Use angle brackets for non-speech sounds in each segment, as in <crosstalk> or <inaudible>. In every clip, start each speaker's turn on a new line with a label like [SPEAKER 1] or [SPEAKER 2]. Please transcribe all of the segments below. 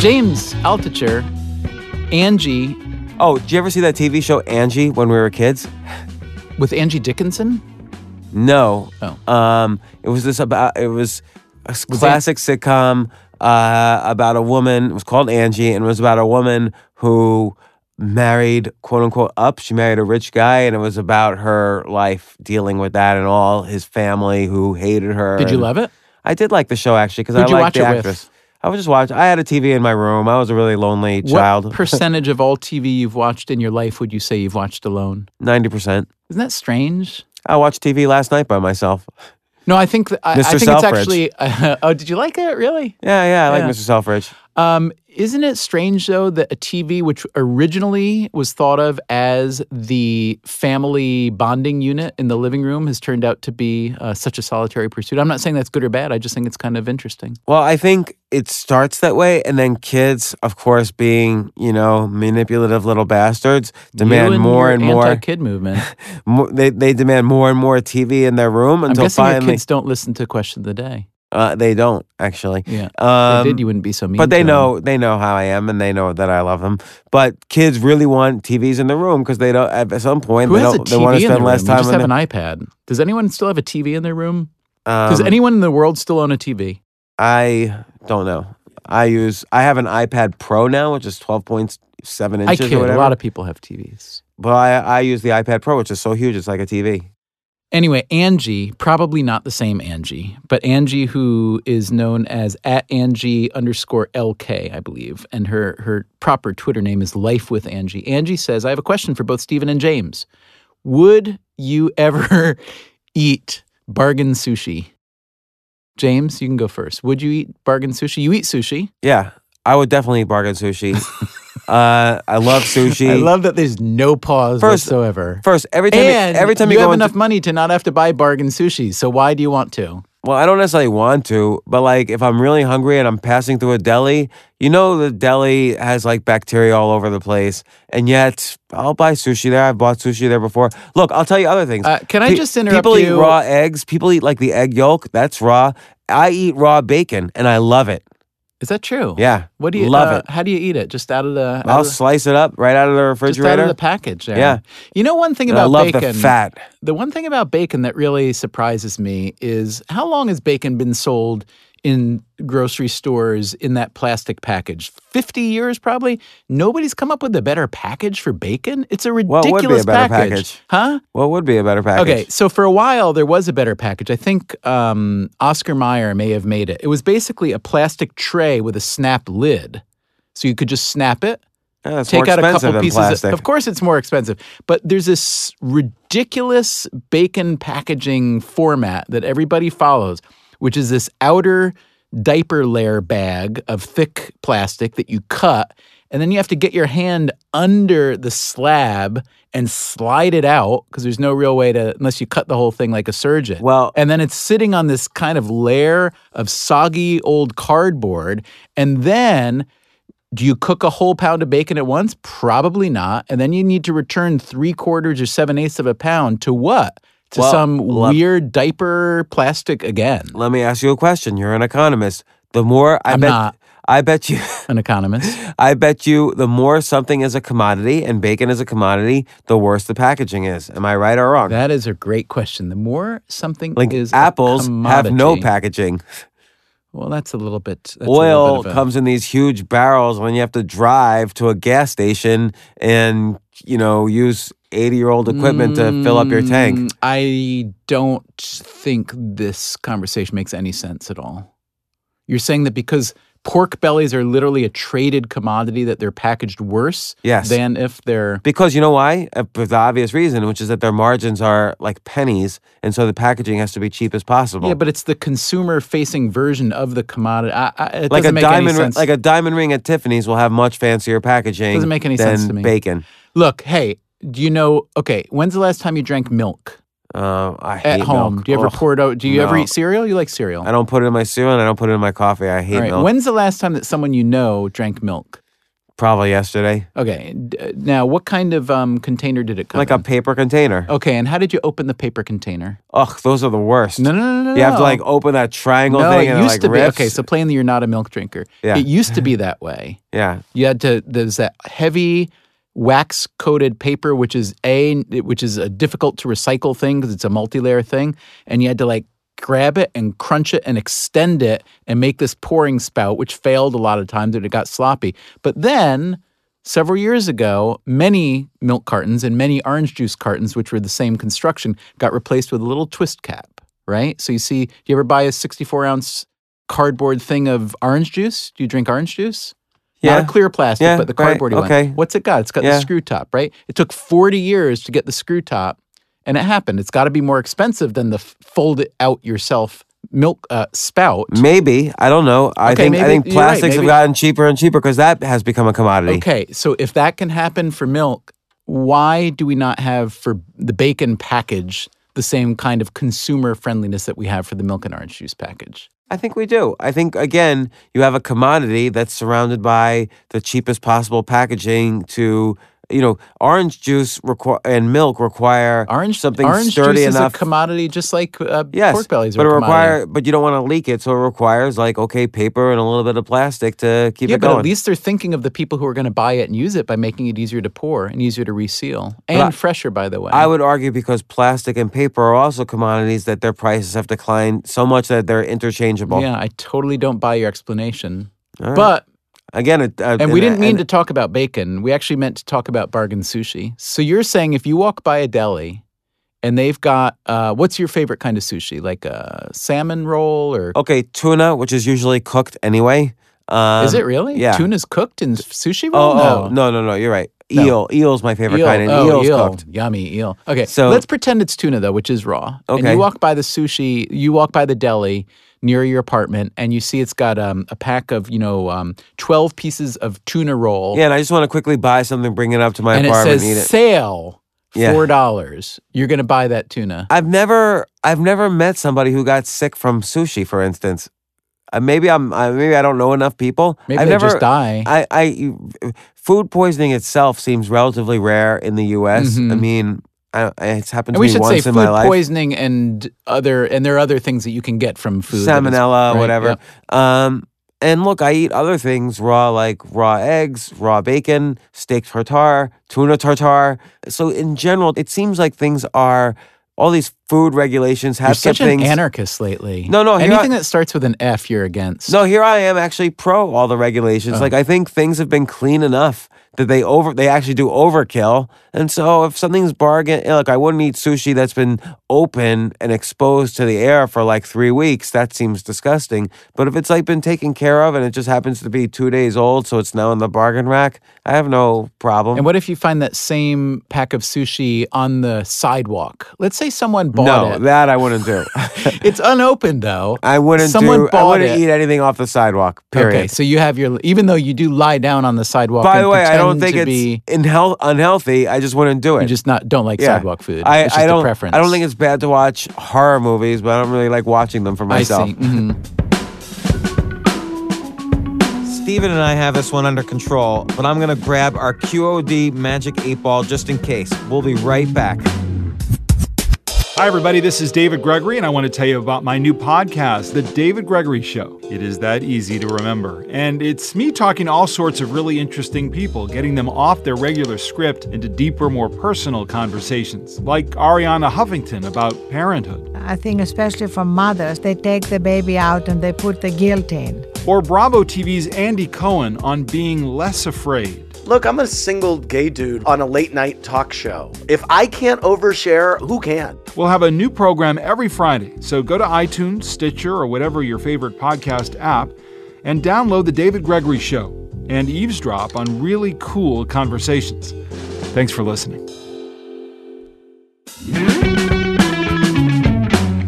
[SPEAKER 1] James Altucher, Angie
[SPEAKER 2] Oh, did you ever see that TV show Angie when we were kids?
[SPEAKER 1] with Angie Dickinson.
[SPEAKER 2] No.
[SPEAKER 1] Oh.
[SPEAKER 2] Um, it was this about it was a s- classic sitcom uh, about a woman. It was called Angie, and it was about a woman who married quote unquote up. She married a rich guy, and it was about her life dealing with that and all his family who hated her.
[SPEAKER 1] Did you
[SPEAKER 2] and-
[SPEAKER 1] love it?
[SPEAKER 2] I did like the show actually because I
[SPEAKER 1] Who'd
[SPEAKER 2] liked
[SPEAKER 1] you watch it
[SPEAKER 2] the
[SPEAKER 1] with?
[SPEAKER 2] actress. I was just watching. I had a TV in my room. I was a really lonely
[SPEAKER 1] What
[SPEAKER 2] child. <laughs>
[SPEAKER 1] percentage of all TV you've watched in your life would you say you've watched alone?
[SPEAKER 2] Ninety percent.
[SPEAKER 1] Isn't that strange?
[SPEAKER 2] I watched TV last night by myself.
[SPEAKER 1] No, I think th- I, I
[SPEAKER 2] Mr.
[SPEAKER 1] think
[SPEAKER 2] Selfridge.
[SPEAKER 1] it's actually. <laughs> oh, did you like it? Really?
[SPEAKER 2] Yeah, yeah. I like
[SPEAKER 1] Yeah.
[SPEAKER 2] Mr. Selfridge.
[SPEAKER 1] Um, isn't it strange though that a TV, which originally was thought of as the family bonding unit in the living room, has turned out to be uh, such a solitary pursuit? I'm not saying that's good or bad. I just think it's kind of interesting.
[SPEAKER 2] Well, I think it starts that way, and then kids, of course, being you know manipulative little bastards, demand
[SPEAKER 1] You
[SPEAKER 2] more
[SPEAKER 1] your
[SPEAKER 2] and more.
[SPEAKER 1] Anti-kid movement.
[SPEAKER 2] more they they demand more and more TV in their room
[SPEAKER 1] I'm
[SPEAKER 2] until
[SPEAKER 1] guessing your
[SPEAKER 2] finally
[SPEAKER 1] kids don't listen to Question of the Day.
[SPEAKER 2] uh, they don't actually.
[SPEAKER 1] Yeah.
[SPEAKER 2] Um,
[SPEAKER 1] if they did, you wouldn't be so mean.
[SPEAKER 2] but
[SPEAKER 1] to
[SPEAKER 2] they
[SPEAKER 1] them.
[SPEAKER 2] know they know how I am, and they know that I love them. But kids really want TVs in the room because they don't. At some point,
[SPEAKER 1] Who
[SPEAKER 2] they
[SPEAKER 1] has a
[SPEAKER 2] don't. They
[SPEAKER 1] TV
[SPEAKER 2] want to
[SPEAKER 1] in their
[SPEAKER 2] spend
[SPEAKER 1] room?
[SPEAKER 2] less
[SPEAKER 1] You
[SPEAKER 2] time.
[SPEAKER 1] just
[SPEAKER 2] in
[SPEAKER 1] have an iPad. Does anyone still have a TV in their room?
[SPEAKER 2] the-
[SPEAKER 1] Does
[SPEAKER 2] um,
[SPEAKER 1] anyone in the world still own a TV?
[SPEAKER 2] I don't know. I use. I have an iPad Pro now, which is twelve point seven
[SPEAKER 1] I
[SPEAKER 2] inches.
[SPEAKER 1] kid.
[SPEAKER 2] Or whatever.
[SPEAKER 1] A lot of people have TVs.
[SPEAKER 2] But I, I use the iPad Pro, which is so huge, it's like a TV.
[SPEAKER 1] Anyway, Angie, probably not the same Angie, but Angie, who is known as at Angie underscore LK, I believe, and her, her proper Twitter name is Life with Angie. Angie says, I have a question for both Stephen and James. Would you ever <laughs> eat bargain sushi? James, you can go first. Would you eat bargain sushi? You eat sushi.
[SPEAKER 2] Yeah, I would definitely eat
[SPEAKER 1] <laughs>
[SPEAKER 2] bargain sushi. uh, I love sushi.
[SPEAKER 1] I love that there's no pause
[SPEAKER 2] First-
[SPEAKER 1] whatsoever.
[SPEAKER 2] First, every time
[SPEAKER 1] and
[SPEAKER 2] you, every time you,
[SPEAKER 1] you
[SPEAKER 2] go
[SPEAKER 1] have
[SPEAKER 2] into,
[SPEAKER 1] enough money to not have to buy bargain sushi, so why do you want to?
[SPEAKER 2] well, I don't necessarily want to, but like if I'm really hungry and I'm passing through a deli, you know the deli has like bacteria all over the place, and yet I'll buy sushi there. I've bought sushi there before. Look, I'll tell you other things.
[SPEAKER 1] Uh, can I
[SPEAKER 2] Pe-
[SPEAKER 1] just interrupt
[SPEAKER 2] People
[SPEAKER 1] you?
[SPEAKER 2] eat raw eggs. People eat like the egg yolk. That's raw. I eat raw bacon, and I love it.
[SPEAKER 1] Is that true?
[SPEAKER 2] Yeah,
[SPEAKER 1] What do you
[SPEAKER 2] love
[SPEAKER 1] uh,
[SPEAKER 2] it?
[SPEAKER 1] How do you eat it? Just out of the, out
[SPEAKER 2] I'll
[SPEAKER 1] of the-
[SPEAKER 2] slice it up right out of the
[SPEAKER 1] just out
[SPEAKER 2] refrigerator.
[SPEAKER 1] of the package. Aaron.
[SPEAKER 2] Yeah.
[SPEAKER 1] You know one thing
[SPEAKER 2] And I
[SPEAKER 1] about
[SPEAKER 2] love
[SPEAKER 1] bacon.
[SPEAKER 2] the fat.
[SPEAKER 1] The one thing about bacon that really surprises me is how long has bacon been sold in grocery stores in that plastic package? Fifty years probably. Nobody's come up with a better package for bacon. It's a
[SPEAKER 2] What would
[SPEAKER 1] ridiculous
[SPEAKER 2] be a better package?
[SPEAKER 1] huh?
[SPEAKER 2] What would be a better package?
[SPEAKER 1] Okay, so for a while there was a better package. I think um, Oscar Mayer may have made it. It was basically a plastic tray with a snap lid, so you could just snap it,
[SPEAKER 2] Yeah, that's
[SPEAKER 1] take
[SPEAKER 2] more
[SPEAKER 1] out a
[SPEAKER 2] expensive
[SPEAKER 1] couple
[SPEAKER 2] than
[SPEAKER 1] pieces.
[SPEAKER 2] plastic.
[SPEAKER 1] Of course, it's more expensive, but there's this ridiculous bacon packaging format that everybody follows, which is this outer diaper layer bag of thick plastic that you cut, and then you have to get your hand under the slab and slide it out because there's no real way to, unless you cut the whole thing like a surgeon.
[SPEAKER 2] Well-
[SPEAKER 1] and then it's sitting on this kind of layer of soggy old cardboard, and then do you cook a whole pound of bacon at once? Probably not. And then you need to return three quarters or seven eighths of a pound to what? To
[SPEAKER 2] Well,
[SPEAKER 1] some
[SPEAKER 2] lem-
[SPEAKER 1] weird diaper plastic again.
[SPEAKER 2] Let me ask you a question. You're an economist. The more I
[SPEAKER 1] I'm
[SPEAKER 2] bet,
[SPEAKER 1] not.
[SPEAKER 2] I bet you, <laughs>
[SPEAKER 1] An economist.
[SPEAKER 2] I bet you, the more something is a commodity and bacon is a commodity, the worse the packaging is. Am I right or wrong?
[SPEAKER 1] That is a great question. The more something
[SPEAKER 2] like
[SPEAKER 1] is a
[SPEAKER 2] apples have no
[SPEAKER 1] commodity-
[SPEAKER 2] packaging.
[SPEAKER 1] Well, that's a little bit. That's a
[SPEAKER 2] Oil
[SPEAKER 1] little bit of a-
[SPEAKER 2] comes in these huge barrels when you have to drive to a gas station and you know use eighty-year-old equipment to fill up your tank.
[SPEAKER 1] Mm, I don't think this conversation makes any sense at all. You're saying that because pork bellies are literally a traded commodity that they're packaged worse
[SPEAKER 2] Yes.
[SPEAKER 1] than if they're
[SPEAKER 2] Because you know why? Uh, For the obvious reason, which is that their margins are like pennies, and so the packaging has to be cheap as possible.
[SPEAKER 1] Yeah, but it's the consumer facing version of the commodity. I, I, it
[SPEAKER 2] like a
[SPEAKER 1] doesn't make
[SPEAKER 2] diamond,
[SPEAKER 1] any
[SPEAKER 2] ri-
[SPEAKER 1] sense.
[SPEAKER 2] like a diamond ring at Tiffany's will have much fancier packaging.
[SPEAKER 1] Doesn't make any
[SPEAKER 2] than
[SPEAKER 1] sense to me.
[SPEAKER 2] Bacon.
[SPEAKER 1] Look, hey, do you know? Okay, when's the last time you drank milk
[SPEAKER 2] Uh, I
[SPEAKER 1] at
[SPEAKER 2] hate
[SPEAKER 1] home?
[SPEAKER 2] milk.
[SPEAKER 1] Do you ever
[SPEAKER 2] Ugh.
[SPEAKER 1] pour it out? Do you ever
[SPEAKER 2] no.
[SPEAKER 1] eat cereal? You like cereal?
[SPEAKER 2] I don't put it in my cereal, and I don't put it in my coffee. I hate
[SPEAKER 1] All right.
[SPEAKER 2] milk.
[SPEAKER 1] When's the last time that someone you know drank milk?
[SPEAKER 2] Probably yesterday.
[SPEAKER 1] Okay. d- Now, what kind of um, container did it come
[SPEAKER 2] Like a
[SPEAKER 1] in?
[SPEAKER 2] paper container.
[SPEAKER 1] okay, and how did you open the paper container?
[SPEAKER 2] Ugh, those are the worst.
[SPEAKER 1] No, no, no, no.
[SPEAKER 2] You have to
[SPEAKER 1] no.
[SPEAKER 2] like open that triangle
[SPEAKER 1] No,
[SPEAKER 2] thing
[SPEAKER 1] it
[SPEAKER 2] and
[SPEAKER 1] used
[SPEAKER 2] like
[SPEAKER 1] to be
[SPEAKER 2] rips.
[SPEAKER 1] okay. So playing the you're not a milk drinker.
[SPEAKER 2] Yeah.
[SPEAKER 1] It used
[SPEAKER 2] <laughs>
[SPEAKER 1] to be that way.
[SPEAKER 2] yeah,
[SPEAKER 1] You had to there's that heavy wax coated paper, which is a which is a difficult to recycle thing because it's a multi layer thing, and you had to like grab it and crunch it and extend it and make this pouring spout, which failed a lot of times and it got sloppy. But then. Several years ago, many milk cartons and many orange juice cartons, which were the same construction, got replaced with a little twist cap, right? So you see, do you ever buy a 64 ounce cardboard thing of orange juice? Do you drink orange juice? Not
[SPEAKER 2] yeah.
[SPEAKER 1] a clear plastic,
[SPEAKER 2] Yeah,
[SPEAKER 1] but the
[SPEAKER 2] right,
[SPEAKER 1] cardboardy
[SPEAKER 2] okay.
[SPEAKER 1] one. What's it got? It's got the
[SPEAKER 2] Yeah.
[SPEAKER 1] screw top, right? It took 40 years to get the screw top, and it happened. It's got to be more expensive than the f- fold it out yourself milk uh, spout.
[SPEAKER 2] Maybe I don't know. I
[SPEAKER 1] Okay,
[SPEAKER 2] think I
[SPEAKER 1] maybe-
[SPEAKER 2] think
[SPEAKER 1] you're right,
[SPEAKER 2] plastics have
[SPEAKER 1] maybe-
[SPEAKER 2] gotten cheaper and cheaper because that has become a commodity.
[SPEAKER 1] Okay, so if that can happen for milk, why do we not have for the bacon package the same kind of consumer friendliness that we have for the milk and orange juice package?
[SPEAKER 2] I think we do. I think again, you have a commodity that's surrounded by the cheapest possible packaging to you know, orange juice requ- and milk require
[SPEAKER 1] Orange
[SPEAKER 2] something
[SPEAKER 1] orange
[SPEAKER 2] sturdy
[SPEAKER 1] juice
[SPEAKER 2] enough.
[SPEAKER 1] is a commodity, just like uh,
[SPEAKER 2] yes,
[SPEAKER 1] pork bellies
[SPEAKER 2] but
[SPEAKER 1] are
[SPEAKER 2] it
[SPEAKER 1] a commodity.
[SPEAKER 2] require but you don't want to leak it, so it requires like okay, paper and a little bit of plastic to keep
[SPEAKER 1] Yeah,
[SPEAKER 2] it
[SPEAKER 1] but
[SPEAKER 2] going.
[SPEAKER 1] at least they're thinking of the people who are going to buy it and use it by making it easier to pour and easier to reseal and
[SPEAKER 2] I-
[SPEAKER 1] fresher, by the way.
[SPEAKER 2] I would argue because plastic and paper are also commodities that their prices have declined so much that they're interchangeable.
[SPEAKER 1] yeah, I totally don't buy your explanation.
[SPEAKER 2] All right.
[SPEAKER 1] But
[SPEAKER 2] again, it, uh,
[SPEAKER 1] and we didn't mean
[SPEAKER 2] and-
[SPEAKER 1] to talk about bacon. We actually meant to talk about bargain sushi. So you're saying if you walk by a deli and they've got uh, what's your favorite kind of sushi? Like a salmon roll or
[SPEAKER 2] Okay, tuna, which is usually cooked anyway. Um,
[SPEAKER 1] is it really?
[SPEAKER 2] yeah.
[SPEAKER 1] Tuna's cooked in sushi roll?
[SPEAKER 2] Oh, oh, no, no, no. You're right.
[SPEAKER 1] No.
[SPEAKER 2] Eel, eel's my favorite
[SPEAKER 1] Eel.
[SPEAKER 2] kind, and
[SPEAKER 1] oh,
[SPEAKER 2] eel's
[SPEAKER 1] eel.
[SPEAKER 2] cooked.
[SPEAKER 1] Yummy eel. Okay, so
[SPEAKER 2] So-
[SPEAKER 1] let's pretend it's tuna though, which is raw. And
[SPEAKER 2] Okay.
[SPEAKER 1] you walk by the sushi, you walk by the deli near your apartment, and you see it's got um, a pack of you know um, twelve pieces of tuna roll,
[SPEAKER 2] Yeah, and I just want to quickly buy something, bring it up to my
[SPEAKER 1] and it
[SPEAKER 2] apartment,
[SPEAKER 1] says
[SPEAKER 2] and eat it.
[SPEAKER 1] sale
[SPEAKER 2] Yeah.
[SPEAKER 1] four dollars. You're gonna buy that tuna.
[SPEAKER 2] I've never, I've never met somebody who got sick from sushi, for instance. Uh, maybe I'm, I, maybe I don't know enough people.
[SPEAKER 1] Maybe
[SPEAKER 2] I've
[SPEAKER 1] they
[SPEAKER 2] never,
[SPEAKER 1] just die.
[SPEAKER 2] I, I, you- food poisoning itself seems relatively rare in the U.S. I
[SPEAKER 1] Mhm.
[SPEAKER 2] mean, I, I- it's happened
[SPEAKER 1] and
[SPEAKER 2] to
[SPEAKER 1] we
[SPEAKER 2] me
[SPEAKER 1] should
[SPEAKER 2] once
[SPEAKER 1] say
[SPEAKER 2] in
[SPEAKER 1] food
[SPEAKER 2] my life.
[SPEAKER 1] poisoning and other, and there are other things that you can get from food. that is-
[SPEAKER 2] salmonella,
[SPEAKER 1] right,
[SPEAKER 2] whatever. Um, and look, I eat other things raw, like raw eggs, raw bacon, steak tartare, tuna tartare. So in general, it seems like things are all these food regulations have
[SPEAKER 1] You're such
[SPEAKER 2] kept
[SPEAKER 1] an
[SPEAKER 2] things.
[SPEAKER 1] anarchist lately.
[SPEAKER 2] No, no, here I-
[SPEAKER 1] Anything that starts with an F, you're against.
[SPEAKER 2] no, here I am actually pro all the regulations. Like
[SPEAKER 1] Uh-huh.
[SPEAKER 2] I think things have been clean enough that they over they actually do overkill. And so if something's bargain, eh, look, I wouldn't eat sushi that's been open and exposed to the air for like three weeks. That seems disgusting. But if it's like been taken care of and it just happens to be two days old, so it's now in the bargain rack, I have no problem.
[SPEAKER 1] And what if you find that same pack of sushi on the sidewalk? Let's say someone bought
[SPEAKER 2] no,
[SPEAKER 1] it.
[SPEAKER 2] that I
[SPEAKER 1] <laughs>
[SPEAKER 2] wouldn't do.
[SPEAKER 1] it's unopened though.
[SPEAKER 2] I wouldn't
[SPEAKER 1] Someone
[SPEAKER 2] do. I
[SPEAKER 1] bought
[SPEAKER 2] wouldn't
[SPEAKER 1] it.
[SPEAKER 2] eat anything off the sidewalk. Period.
[SPEAKER 1] Okay, so you have your even though you do lie down on the sidewalk.
[SPEAKER 2] By
[SPEAKER 1] and
[SPEAKER 2] the way, I don't
[SPEAKER 1] pretend
[SPEAKER 2] think
[SPEAKER 1] to
[SPEAKER 2] it's
[SPEAKER 1] be,
[SPEAKER 2] inhel- unhealthy. I just wouldn't do it.
[SPEAKER 1] you just not don't like
[SPEAKER 2] Yeah.
[SPEAKER 1] sidewalk food.
[SPEAKER 2] I,
[SPEAKER 1] it's just
[SPEAKER 2] I don't.
[SPEAKER 1] a preference.
[SPEAKER 2] I don't think it's bad to watch horror movies, but I don't really like watching them for
[SPEAKER 1] I
[SPEAKER 2] myself.
[SPEAKER 1] see. Mhm.
[SPEAKER 2] Steven and I have this one under control, but I'm gonna grab our QOD Magic Eight Ball just in case. We'll be right back.
[SPEAKER 3] Hi, everybody. This is David Gregory, and I want to tell you about my new podcast, The David Gregory Show. It is that easy to remember. And it's me talking to all sorts of really interesting people, getting them off their regular script into deeper, more personal conversations, like Ariana Huffington about parenthood,
[SPEAKER 4] I think, especially for mothers, they take the baby out and they put the guilt in.
[SPEAKER 3] or Bravo TV's Andy Cohen on being less afraid.
[SPEAKER 5] Look, I'm a single gay dude on a late night talk show. If I can't overshare, who can?
[SPEAKER 3] We'll have a new program every Friday, so go to iTunes, Stitcher, or whatever your favorite podcast app and download The David Gregory Show and eavesdrop on really cool conversations. Thanks for listening.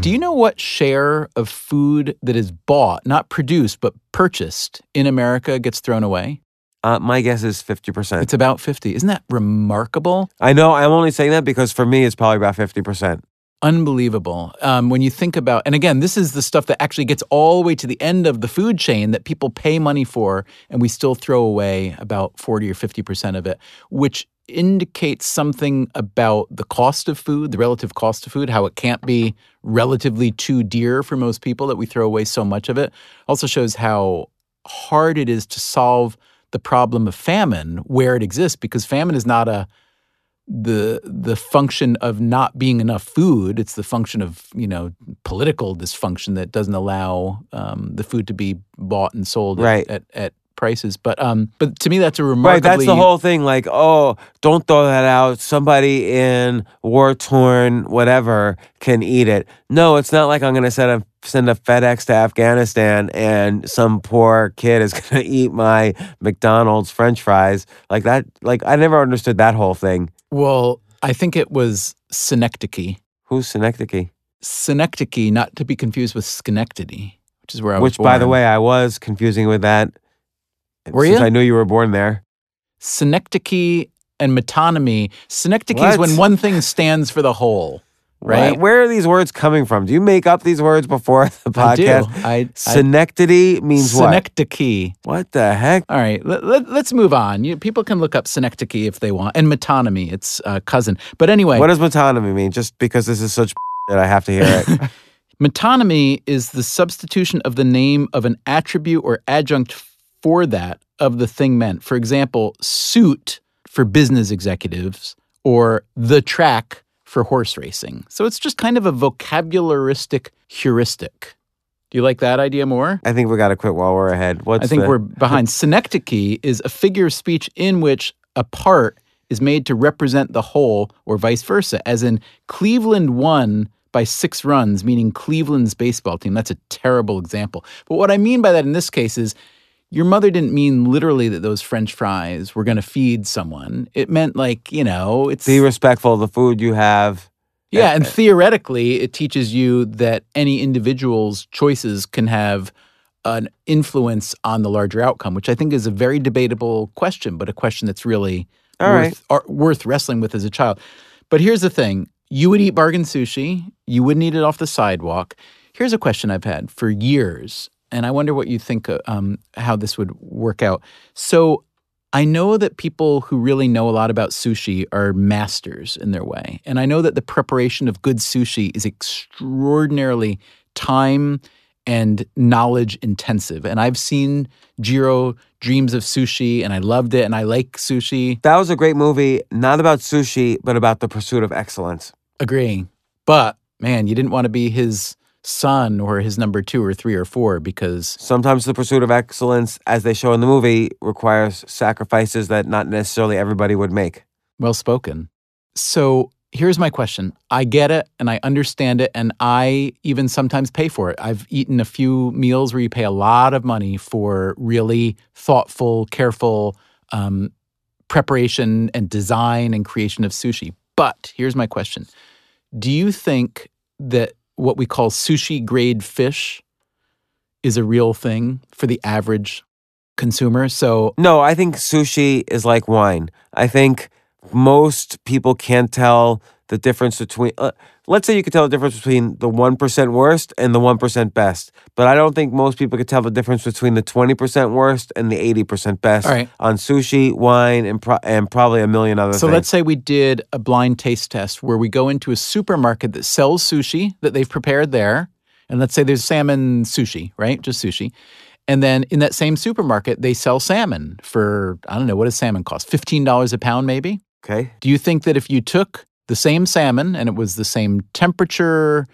[SPEAKER 1] Do you know what share of food that is bought, not produced but purchased in America, gets thrown away?
[SPEAKER 2] Uh, my guess is fifty percent.
[SPEAKER 1] It's about fifty. Isn't that remarkable?
[SPEAKER 2] I know. I'm only saying that because for me, it's probably about fifty percent.
[SPEAKER 1] unbelievable um, when you think about and again this is the stuff that actually gets all the way to the end of the food chain that people pay money for and we still throw away about 40 or 50% of it which indicates something about the cost of food the relative cost of food how it can't be relatively too dear for most people that we throw away so much of it also shows how hard it is to solve the problem of famine where it exists because famine is not a the the function of not being enough food. It's the function of you know political dysfunction that doesn't allow um, the food to be bought and sold at-
[SPEAKER 2] Right.
[SPEAKER 1] at, at, prices. But um, but to me that's a remarkably
[SPEAKER 2] Right, that's the whole thing. Like, oh, don't throw that out. Somebody in war torn whatever can eat it. No, it's not like I'm gonna send a send a FedEx to Afghanistan and some poor kid is <laughs> gonna eat my McDonald's French fries. Like that. Like I never understood that whole thing.
[SPEAKER 1] well. I think it was synecdoche.
[SPEAKER 2] Who's Synecdoche?
[SPEAKER 1] Synecdoche, not to be confused with Schenectady, which is where I was
[SPEAKER 2] Which, by the
[SPEAKER 1] born.
[SPEAKER 2] way, I was confusing with that.
[SPEAKER 1] Were
[SPEAKER 2] since
[SPEAKER 1] you?
[SPEAKER 2] I knew you were born there.
[SPEAKER 1] synecdoche and metonymy. Synecdoche is
[SPEAKER 2] What?
[SPEAKER 1] when one thing stands for the whole, right?
[SPEAKER 2] Right? Where are these words coming from? Do you make up these words before the
[SPEAKER 1] I do.
[SPEAKER 2] podcast?
[SPEAKER 1] I, I,
[SPEAKER 2] Synecdoche means what?
[SPEAKER 1] synecdoche.
[SPEAKER 2] What the heck?
[SPEAKER 1] All right, let, let, us move on. You, people can look up synecdoche if they want, and metonymy, its uh, cousin. But anyway,
[SPEAKER 2] What does metonymy mean? Just because this is such <laughs> that I have to hear
[SPEAKER 1] <laughs>
[SPEAKER 2] it.
[SPEAKER 1] metonymy is the substitution of the name of an attribute or adjunct for that of the thing meant. For example, suit for business executives, or the track for horse racing. So it's just kind of a vocabularistic heuristic. Do you like that idea more?
[SPEAKER 2] I think we got to quit while we're ahead. What's
[SPEAKER 1] I think
[SPEAKER 2] the-
[SPEAKER 1] we're behind. Synecdoche is a figure of speech in which a part is made to represent the whole or vice versa, as in Cleveland won by six runs, meaning Cleveland's baseball team. That's a terrible example. But what I mean by that in this case is your mother didn't mean literally that those French fries were going to feed someone. It meant like, you know, it's.
[SPEAKER 2] be respectful of the food you have.
[SPEAKER 1] Yeah, and theoretically, it teaches you that any individual's choices can have an influence on the larger outcome, which I think is a very debatable question, but a question that's really
[SPEAKER 2] All right.
[SPEAKER 1] worth, are, worth wrestling with as a child. But here's the thing you would eat bargain sushi, you wouldn't eat it off the sidewalk. Here's a question I've had for years, and I wonder what you think uh, um, how this would work out. So, I know that people who really know a lot about sushi are masters in their way. And I know that the preparation of good sushi is extraordinarily time and knowledge intensive. And I've seen Jiro Dreams of Sushi and I loved it and I like sushi.
[SPEAKER 2] That was a great movie, not about sushi, but about the pursuit of excellence.
[SPEAKER 1] Agreeing. But man, you didn't want to be his son or his number two or three or four because
[SPEAKER 2] Sometimes the pursuit of excellence, as they show in the movie, requires sacrifices that not necessarily everybody would make.
[SPEAKER 1] Well spoken. So here's my question. I get it and I understand it, and I even sometimes pay for it. I've eaten a few meals where you pay a lot of money for really thoughtful, careful um, preparation and design and creation of sushi. But here's my question Do you think that what we call sushi grade fish is a real thing for the average consumer? So,
[SPEAKER 2] No, I think sushi is like wine. I think most people can't tell the difference between. Uh, let's say you could tell the difference between the one percent worst and the one percent best, but I don't think most people could tell the difference between the twenty percent worst and the eighty percent best
[SPEAKER 1] All right.
[SPEAKER 2] on sushi, wine, and pro- and probably a million other
[SPEAKER 1] So
[SPEAKER 2] things.
[SPEAKER 1] let's say we did a blind taste test where we go into a supermarket that sells sushi that they've prepared there. And let's say there's salmon sushi, right? Just sushi. And then in that same supermarket, they sell salmon for, I don't know, what does salmon cost? $15 a pound, maybe?
[SPEAKER 2] okay.
[SPEAKER 1] Do you think that if you took the same salmon and it was the same temperature,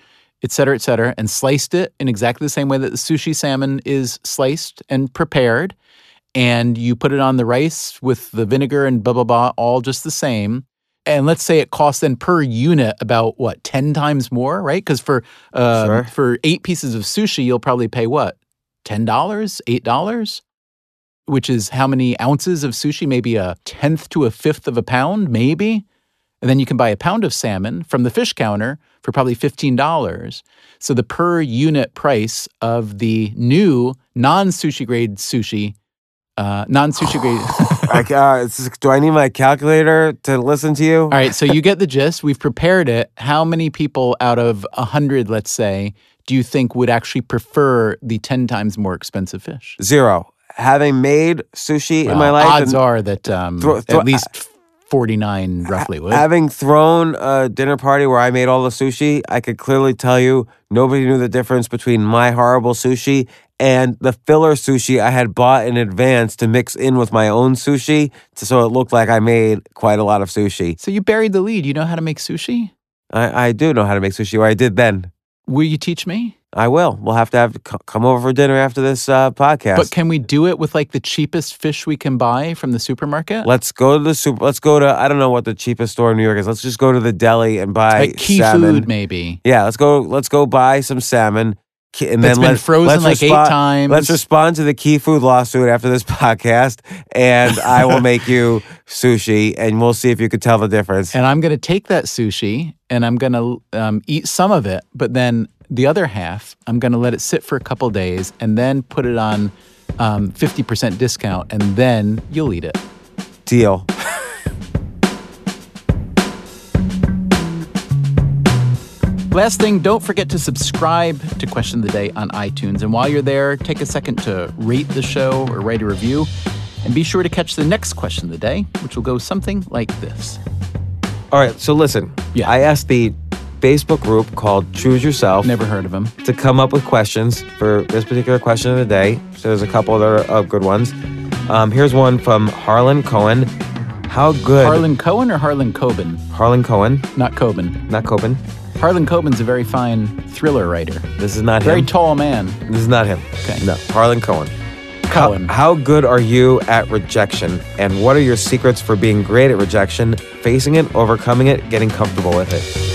[SPEAKER 1] et cetera, et cetera, and sliced it in exactly the same way that the sushi salmon is sliced and prepared, and you put it on the rice with the vinegar and blah, blah, blah, all just the same? And let's say it costs then per unit about what ten times more, right? Because for um,
[SPEAKER 2] Sure.
[SPEAKER 1] for eight pieces of sushi, you'll probably pay what ten dollars, eight dollars which is how many ounces of sushi, maybe a tenth to a fifth of a pound, maybe. And then you can buy a pound of salmon from the fish counter for probably $15. So the per unit price of the new non sushi grade sushi, uh, non sushi grade.
[SPEAKER 2] I, ca- uh, it's- do I need my calculator to listen to you?
[SPEAKER 1] All right, so you get the gist. We've prepared it. How many people out of 100, let's say, do you think would actually prefer the 10 times more expensive fish?
[SPEAKER 2] Zero. Having made sushi in
[SPEAKER 1] Well,
[SPEAKER 2] my life,
[SPEAKER 1] Uh, odds
[SPEAKER 2] and uh,
[SPEAKER 1] are that um,
[SPEAKER 2] Throw- throw-
[SPEAKER 1] at least 49 roughly would.
[SPEAKER 2] having thrown a dinner party where I made all the sushi, I could clearly tell you nobody knew the difference between my horrible sushi and the filler sushi I had bought in advance to mix in with my own sushi, t- so it looked like I made quite a lot of sushi.
[SPEAKER 1] so you buried the lead. You know how to make sushi?
[SPEAKER 2] I, I do know how to make sushi, or I did then.
[SPEAKER 1] Will you teach me?
[SPEAKER 2] I will. We'll have to have c- come over for dinner after this uh, podcast.
[SPEAKER 1] But can we do it with like the cheapest fish we can buy from the supermarket?
[SPEAKER 2] Let's go to the super. Let's go to I don't know what the cheapest store in New York is. Let's just go to the deli and buy
[SPEAKER 1] like key
[SPEAKER 2] salmon.
[SPEAKER 1] food, maybe.
[SPEAKER 2] Yeah, let's go. Let's go buy some salmon. ki- And
[SPEAKER 1] That's
[SPEAKER 2] then
[SPEAKER 1] been
[SPEAKER 2] let,
[SPEAKER 1] frozen
[SPEAKER 2] let's
[SPEAKER 1] like eight
[SPEAKER 2] respo-
[SPEAKER 1] times.
[SPEAKER 2] Let's respond to the key food lawsuit after this <laughs> podcast, and I will make you sushi, and we'll see if you could tell the difference.
[SPEAKER 1] And I'm going to take that sushi and I'm going to um, eat some of it, but then the other half, I'm going to let it sit for a couple days and then put it on um, 50% discount and then you'll eat it.
[SPEAKER 2] Deal.
[SPEAKER 1] Last thing, don't forget to subscribe to Question of the Day on iTunes. And while you're there, take a second to rate the show or write a review. And be sure to catch the next question of the day, which will go something like this.
[SPEAKER 2] All right. So listen.
[SPEAKER 1] Yeah.
[SPEAKER 2] I asked the Facebook group called Choose Yourself
[SPEAKER 1] Never heard of him.
[SPEAKER 2] to come up with questions for this particular question of the day. So there's a couple that are uh, good ones. Um, here's one from Harlan Cohen. How good
[SPEAKER 1] Harlan Cohen or Harlan Coben?
[SPEAKER 2] Harlan Cohen,
[SPEAKER 1] Not Coben.
[SPEAKER 2] not Coben.
[SPEAKER 1] Harlan Coben's a very fine thriller writer.
[SPEAKER 2] This is not
[SPEAKER 1] Very
[SPEAKER 2] him.
[SPEAKER 1] tall man.
[SPEAKER 2] This is not him.
[SPEAKER 1] Okay.
[SPEAKER 2] No, Harlan Cohen.
[SPEAKER 1] Cohen.
[SPEAKER 2] How, how good are you at rejection? And what are your secrets for being great at rejection, facing it, overcoming it, getting comfortable with it?